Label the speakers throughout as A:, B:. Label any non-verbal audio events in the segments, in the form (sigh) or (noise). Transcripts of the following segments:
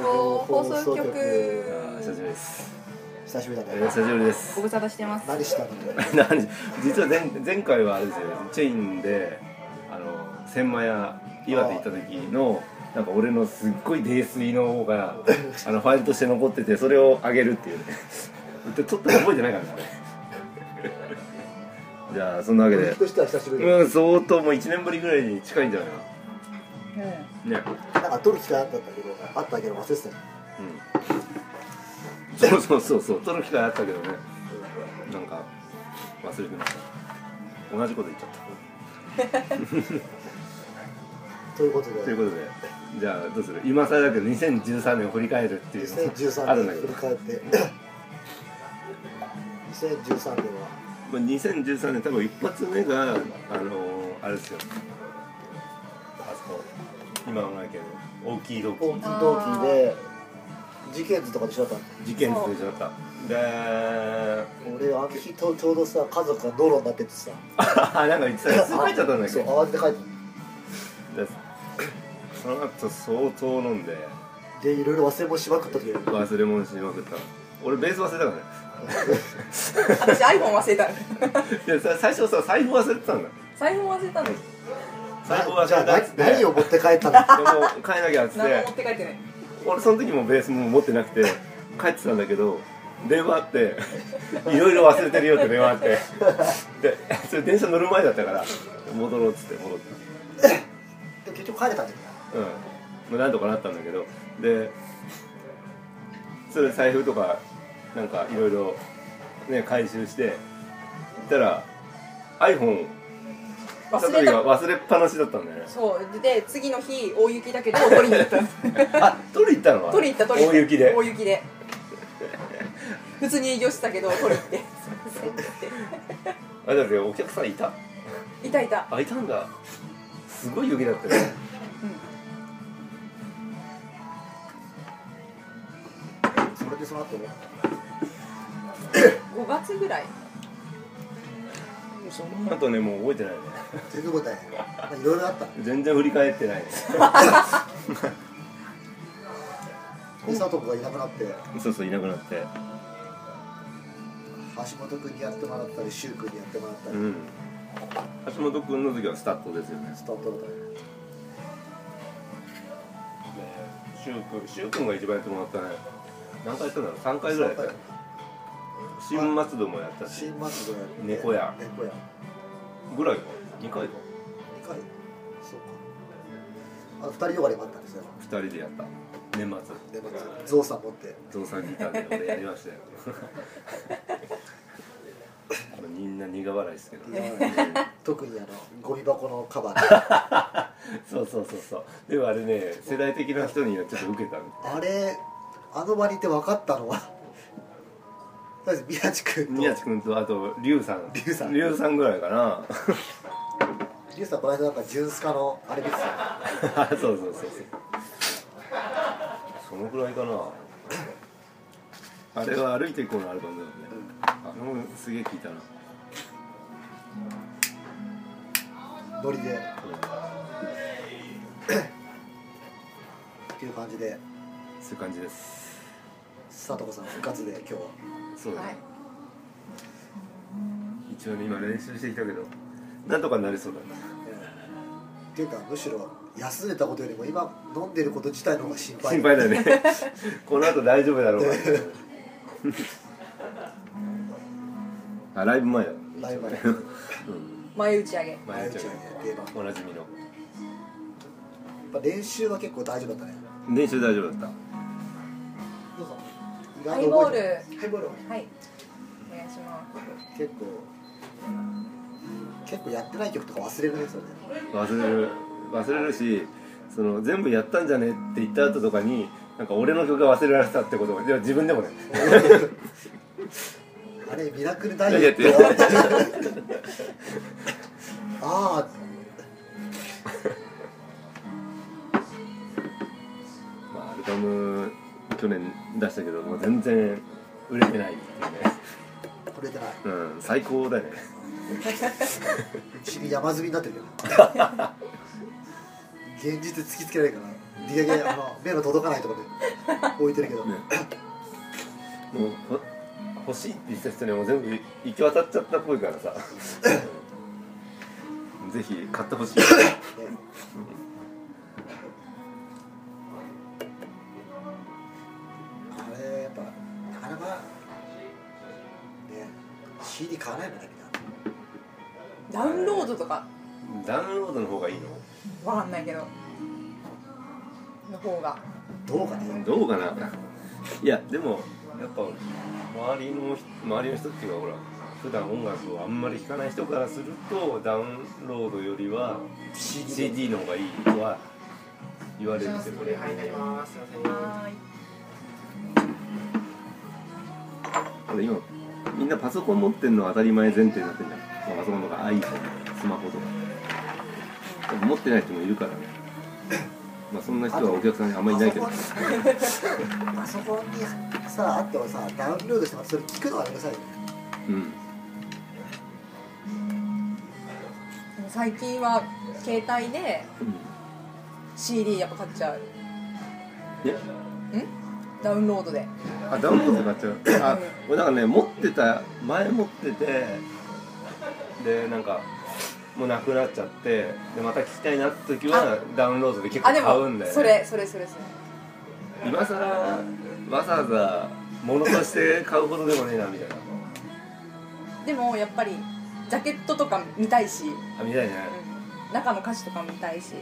A: 放送局
B: あー久しぶりです。
A: 久しぶりだ
B: えー
A: ね
B: 久しぶりです (laughs)
C: ご。無沙汰してます
A: 何してたの
B: 何実は前前回はあれですよチェインであの千枚屋岩手行った時のなんか俺のすっごい泥酔の方があのファイルとして残っててそれをあげるっていうねで撮ったの覚えてないからねじゃあそんなわけで
A: 僕としては久しぶりだ
B: うん相当もう1年ぶりぐらいに近いんじゃないかなね
A: なんか撮る機会あったんだけどあったけど忘れてたよ
B: うんそうそうそうそう撮る機会あったけどねなんか忘れてました同じこと言っちゃった
A: ということで
B: ということでじゃあどうする今更だけど2013年を振り返るっていうのある
A: 2013
B: んだけ
A: 年振
B: ど
A: り
B: こ
A: 返って2013年は
B: れ2013年多分一発目があのーあれですよあそこ今はないけど大きい動機
A: 大きい同期で事件図とかでしょだっ
B: 事件ってじゃなかったで
A: たの俺あの日とちょうどさ家族が道路になっててさ
B: (laughs) あなんか言って
A: (laughs)
B: たやつ書いちゃったんだけ
A: そう
B: ど
A: 慌てて帰って
B: でその後相当飲んで
A: でいろいろ忘れ物しまくった時
B: 忘れ物しまくった俺ベース忘れたからね
C: 私 iPhone 忘れた
B: でさ最初さ財布忘れてたんだ
C: 財布忘れたのです
B: 財布忘れ
A: じゃあ
B: たっ
A: な
B: つって
A: 何を持って帰ったの
B: でもう買えなきゃっつっ
C: 何
B: て
C: も持って帰って (laughs) ない
B: 俺その時もベースも持ってなくて帰ってたんだけど電話あって「いろいろ忘れてるよ」って電話あってでそれ電車乗る前だったから戻ろうっつって戻って
A: で結局帰れたんだよ
B: うんまあなんとかなったんだけどでそれ財布とかなんかいろいろね回収して行ったら iPhone サ
C: 忘
B: ト
C: れ
B: リ
C: た
B: が忘れっぱなしだったん
C: (laughs)
B: だよね
C: そうで次の日大雪だけど取りに行った
B: あ取り行ったの
C: 取りに行った取りに行っ
B: 大
C: た
B: 雪で
C: 大雪で普通に営業してたけど取りに行ってそうそう
B: あれだってお客さんいた
C: いたいた
B: あいたんだすごい雪だった (laughs) よね
A: それでその
B: (laughs)
A: 後ね
C: 5月ぐらい
B: その後ねもう覚えてないね
A: 全然覚えてないなんかいろいろあった
B: 全然振り返ってないね
A: で佐藤君がいなくなって
B: そうそういなくなって
A: 橋本君にやってもらったり柊君にやってもらった
B: う
A: り、
B: ん橋本君の時はスタッドですよね
A: スタートだったり
B: しゅうくんしゅうくんが一番やってもらったね何回やったんだろう3回ぐらいやったね新松戸もやったし
A: 新松戸やって
B: 猫屋
A: 猫屋
B: ぐらいか2回か
A: 2回そうかあの2人よがりもあったんですよ
B: 2人でやった年末
A: 年末ゾウさん持って
B: ゾウさんにいたんで俺やりました (laughs) よみんな苦笑いですけどね
A: 特にあのゴミ箱のカバー
B: そうそうそうそうでもあれね世代的な人にはちょっと受けたん
A: あれあの場にいて分かったのはだって宮地君と
B: 宮地君とあとリュウさん
A: リュウさん
B: リュウさんぐらいか (laughs) な
A: リュウさんこの間なんかジュンスカのあれですよ
B: そうそうそうそうそのぐらいかなあれは歩いていこうのアルバムだよねあれもすげえ聞いたな
A: ノリで
B: うん
A: っていう感じで
B: そういう感じです
A: 佐藤さん復活で今日は
B: そうだね、
C: はい
B: 一応ね今練習してきたけどなんとかなりそうだな
A: えーっていうかむしろ休んでたことよりも今飲んでること自体の方が心配
B: 心配だね (laughs) この後大丈夫だろ (laughs) うかあライブ前だ
A: ライ
B: (laughs)
A: ブ前
B: うん
C: 前打ち上げ
B: 前
A: 毎
B: ち
A: 日
B: ゃ
A: は
B: ん
A: ね定番や
B: おなじみの
A: っぱ練習は結構大丈夫だったね
B: 練習大丈夫だった
A: どうぞ
C: ハイボール
A: ハイボール
C: はいお願いします
A: 結構結構やってない曲とか忘れるんですよね
B: 忘れる忘れるしその全部やったんじゃねって言った後とかになんか俺の曲が忘れられたってことで自分でもね
A: あれミラクルダイエット
B: ダイエ
A: ああ
B: まあアルバム去年出したけどもう全然売れてないっていうね
A: これじゃない
B: うん最高だね (laughs)
A: 不思議山積みになってるよね現実突きつけられるからディアゲあの目の届かないところで置いてるけど、
B: ねもうほ欲しいって言った人にはもう全部行き渡っちゃったっぽいから (laughs) さぜひ買ってほ (laughs) しい
A: ねあれやっぱなかなかね CD 買わないもんねみ
C: ダウンロードとか
B: ダウンロードの方がいいの
C: わかんないけどの方が
A: んなどうかね
B: どうかないやでもやっぱ周りの人周りの人っていうかほら普段音楽をあんまり聴かない人からするとダウンロードよりは
A: CD で
B: CD の方がいいとは言われるけどね
D: ます。すいません。
C: は
B: あれ今みんなパソコン持ってんのは当たり前前提になってんじゃん、まあパソコンとか iPhone スマホとかでも持ってない人もいるからねまあそんな人はお客さんにあんまりいないけど
A: パソコンにさあって俺さダウンロードしてもらってそれ聞くのはうるさいよね
B: うん
C: ーいでも最近は携帯で CD やっぱ買っちゃう
B: え
C: ダウンロードで
B: あダウンロード買っちゃうあ俺なんかね持ってた前持っててでなんかもうなくなっちゃってでまた聞きたいなって時はダウンロードで結
C: あ
B: 構
C: で
B: 買うん
C: も
B: だよ、ね、
C: それそれそれそれ
B: 今さらわざわざ物として買うほどでもねえなみたいな
C: でもやっぱりジャケットとか見たいし、
B: あみたいね
C: うん中の歌詞とかも見たいし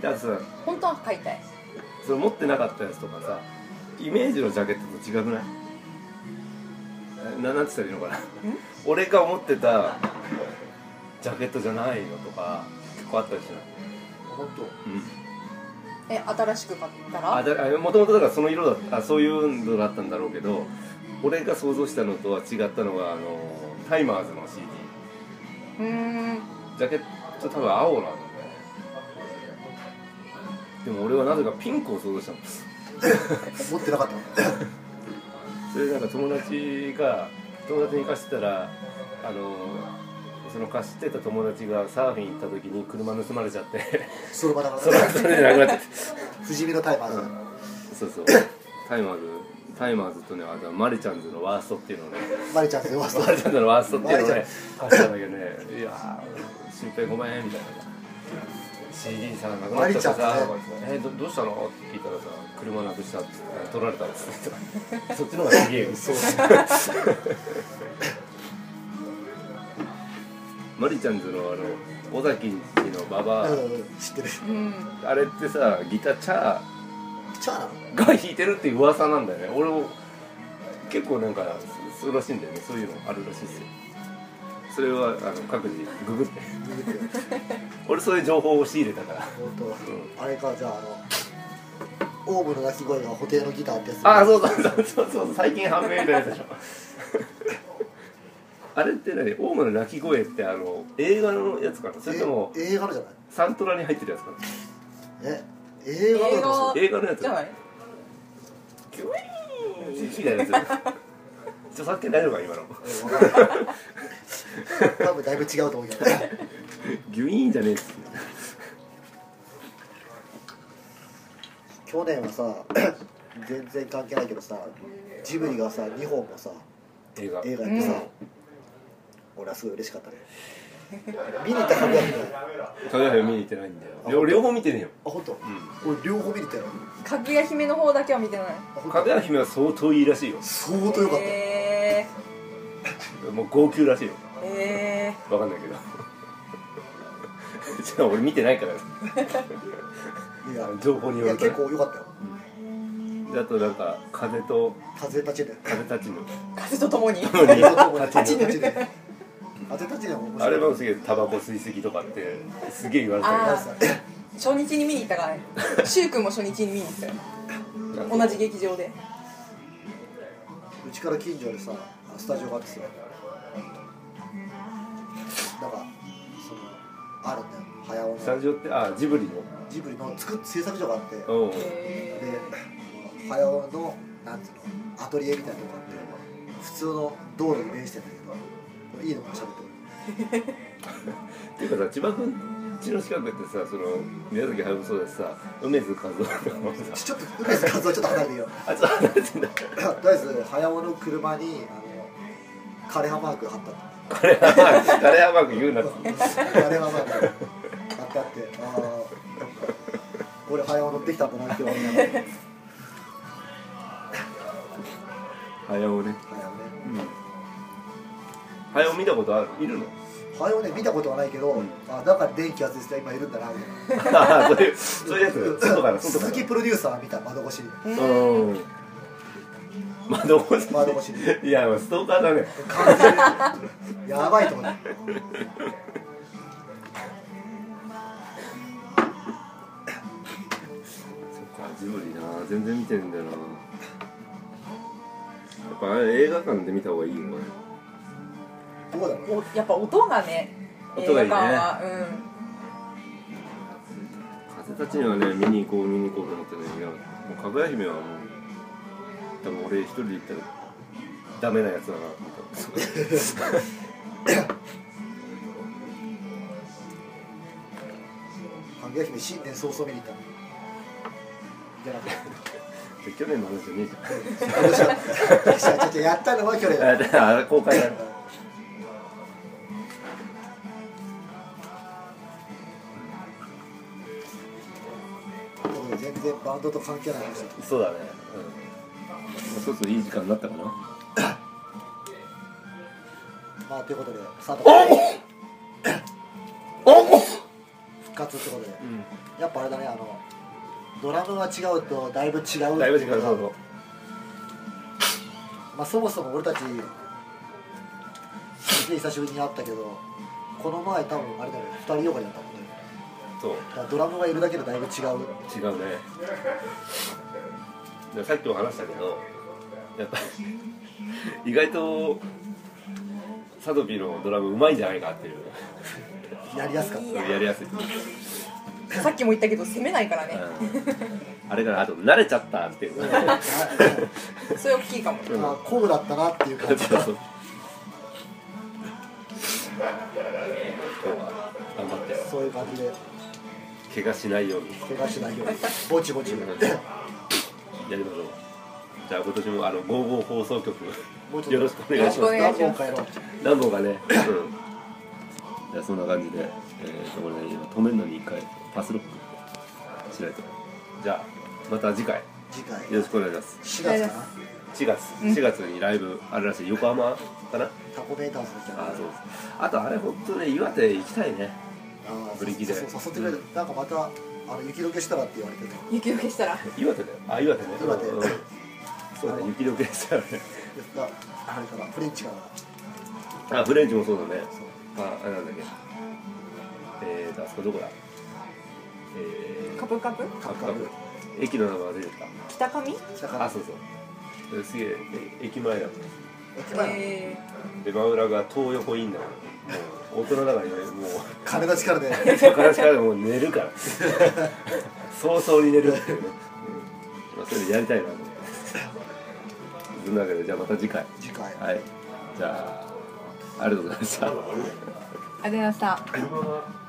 B: であとさ
C: 本当は買いたい
B: それ持ってなかったやつとかさイメージのジャケットと違くないえななんつったらいいのかな俺が思ってたジャケットじゃないのとか結構あったりしない、
A: 本当
B: うん
C: え新しく買ったら
B: あだあもともとだからその色だったあそういうのだったんだろうけど俺が想像したのとは違ったのがあのタイマーズの CD
C: うーん
B: ジャケット多分青なんだよねでも俺はなぜかピンクを想像したの
A: 持ってなかったもん
B: それでなんか友達が友達に貸してたらあのその貸してた友達がサーフィン行った時に車盗まれちゃって (laughs)
A: その場だか
B: それ
A: ら
B: それでなくなっちゃって
A: 不死身のタイマーズ、
B: そうそうタイマーズタイマーズとねあとはマリちゃんズのワーストっていうのをね
A: マリちゃんですよマスタ
B: マリ
A: ー
B: ちゃんズのワーストっていうのをね貸したんだけどねいやー心配ごめんみたいな CD さなくなっちゃってさ
A: マリちゃんズ
B: と
A: ね
B: か言ってえどどうしたの?」って聞いたらさ「車なくした」って言って取られたんですねとかそっちの方がすげえよ
A: そう
B: マリちゃんズのあの尾崎んちのババア、
A: うん知ってる
C: うん
B: あれってさギターチャ
A: チャーなの
B: ーが弾いてるっていう噂なんだよね俺も結構なんかそそうらしいんだよねそういうのあるらしいですよそれはあの各自グ (laughs) グって
A: 見てるよ
B: 俺そういう情報を仕入れたから
A: 本当あれかじゃああのオーブの鳴き声が布袋のギターってやつ
B: ああそうそうそうそうそう最近判明みたいなやつでしょあれって何オウムの鳴き声ってあの映画のやつかなそれとも
A: え映画のじゃない
B: サントラに入ってるやつかな
A: え映画の
B: 映
C: 映画
B: 画のやつ
C: じゃない
B: キュイーンみたいなやつ著作権大丈夫か今の
A: それわかんない (laughs) 多分だいぶ違うと思うけど
B: ギュイーンじゃねえっす
A: 去年はさ全然関係ないけどさジブリがさ2本もさ
B: 映画
A: 映画やってさ、俺はすごい嬉しかったね見に行った感じだったね
B: かぐや姫見に行ってないんだよ両両方見てねえよ
A: あ本当、俺両方見に行ったよ
C: かぐや姫の方だけは見てない
B: かぐや姫は相当いいらしいよ
A: 相当良かったよ、
C: え
B: もう号泣らしいよ
C: ー、え
B: わかんないけど (laughs) じゃあ俺見てないから
A: いや
B: 情報に
A: い
B: よ
A: や
B: ると
A: 結構良かったよ
B: であとなんか風と
A: 風立ちぬ
B: 風たちの
C: ー、風とと
B: (laughs)
C: もに
B: 共に
A: 立ちぬ立ちぬ風立ちぬは面
B: あ
A: 白い
B: れもすげえタバコ吸いすぎとかってすげえ言われ
A: あ
B: た
A: れさ
C: 初日に見に行ったからねしゅうくんも初日に見に行ったよ
B: よ
C: 同じ劇場で
A: うちから近所でさスタジオがあってさなんかそのあるんだよ早尾
B: ス
A: の
B: タジオってあジブリの
A: ジブリの作っ制作所があってで
B: うん
C: え
A: 早尾のなんつうのアトリエみたいなとこあって普通の道路に面してんだけどいいのかな喋って
B: っていうかさ千葉君ちの近くってさその宮崎駿もそうだしさ梅津和夫とかもさ
A: ちょっと梅津和夫ちょっと離れていいよ
B: あちょっと離れてんだ
A: とりあえず早尾の車にあの枯葉マーク貼ったって
B: 彼は彼はうまく言うなって
A: あれはまあ、あったって、ああ、俺、早尾乗ってきたんだなって思いながら、
B: 早尾ね
A: 早尾
B: う
A: ね、
B: ん早尾見たことあるいるの
A: 早尾ね、見たことはないけど、
B: ん
A: あだから電気外して今いるんだなみたいな、
B: ああそういうそういうやつ外から外か
A: 鈴木プロデューサーみたいな、窓越しに、
B: らうん窓越し
A: 窓越しに、
B: いやストーカーだね
A: 完全に、やばいと思って、
B: そっかジブリな全然見てるんだよなやっぱあれ映画館で見た方がいいよこ
A: どうだろう、
C: おやっぱ音がね
B: 音がいいね
C: 映画館はうん
B: 風たちにはね見に行こう見に行こうと思ってねいやもうかぐや姫はもう多分俺一人で行ったらダメなやつだなと思った
A: かぐや姫、新年早々見に行った。じゃなくて
B: 去年の話じゃねえじゃん
A: 私はちょっとやったのは去年だ
B: あだからあれ公開だ
A: うん全然バンドと関係ない話だ
B: そうだね、うん、そうそういい時間になったかな
A: まあということで佐藤復
B: おお
A: 活ってことでやっぱあれだねあのドラムは違うとだいぶ違うっていう
B: だいぶ時間そうそう
A: まあそもそも俺たちすげえ久しぶりに会ったけどこの前多分あれだよね二人よがりだったもんねだからドラムがいるだけでだいぶ違う
B: そう違うねでさっきも話したけどやっぱり意外とサドビのドラムうまいんじゃないかっていう
A: やりやすかっ
B: (laughs)
C: いや
B: やりやすい、
C: さっきも言ったけど攻めないから
B: う
C: ね、
B: んあれからあと慣れちゃったっていう
A: た、
B: ね
C: それ大きいかも
A: まあこうだったなっていう
B: そう
A: 感じ
B: そう
A: が
B: そう今日は頑張って
A: そういう感じで
B: 怪我しないように
A: 怪我しないようにぼちぼち
B: やりましょうじゃあ今年もあの55放送局
A: もうちょっと
B: よろしくお願いします
C: よろしくお願いしま
A: 何本
C: す
A: かやろう
B: 何本かね、うん、じゃあそんな感じで、えー、ところで今止めるのに一回パスロックしないとじゃあまた次回よ
A: 次回
B: ろしくお願いします
A: 4月かな
B: 4月4月にライブあるらしい横浜かな
A: タコメーターズみたいな
B: あーそうですあとあれ本当ね岩手行きたいね
A: あー
B: ブリキで
A: そうそうそう誘ってくれるなんかまたあの雪解けしたらって言われてる
C: 雪解けしたら
B: 岩手だよあ岩手ね
A: 岩手
B: うんうんそうだね雪解けしたよね
A: だあれからフレンチから
B: あフレンチもそうだね
A: そう
B: ああれなんだっけえーとあそこどこだえー
C: カプカプ
B: カップカップ駅の名前忘れて
C: 北上
A: 北か
B: た
A: ら
B: あそうそうすげええ駅前だもん
A: 駅前の
C: え
B: 出番裏が東横インだもんもう大人だからねもう
A: 金の力で
B: そこからしかもう寝るから早々に寝るっていうね、うんまあ、それでやりたいなと思ってそんなわけでじゃあまた次回
A: 次回
B: はいじゃあありがとうございました
C: ー、ありがとうございました
B: はい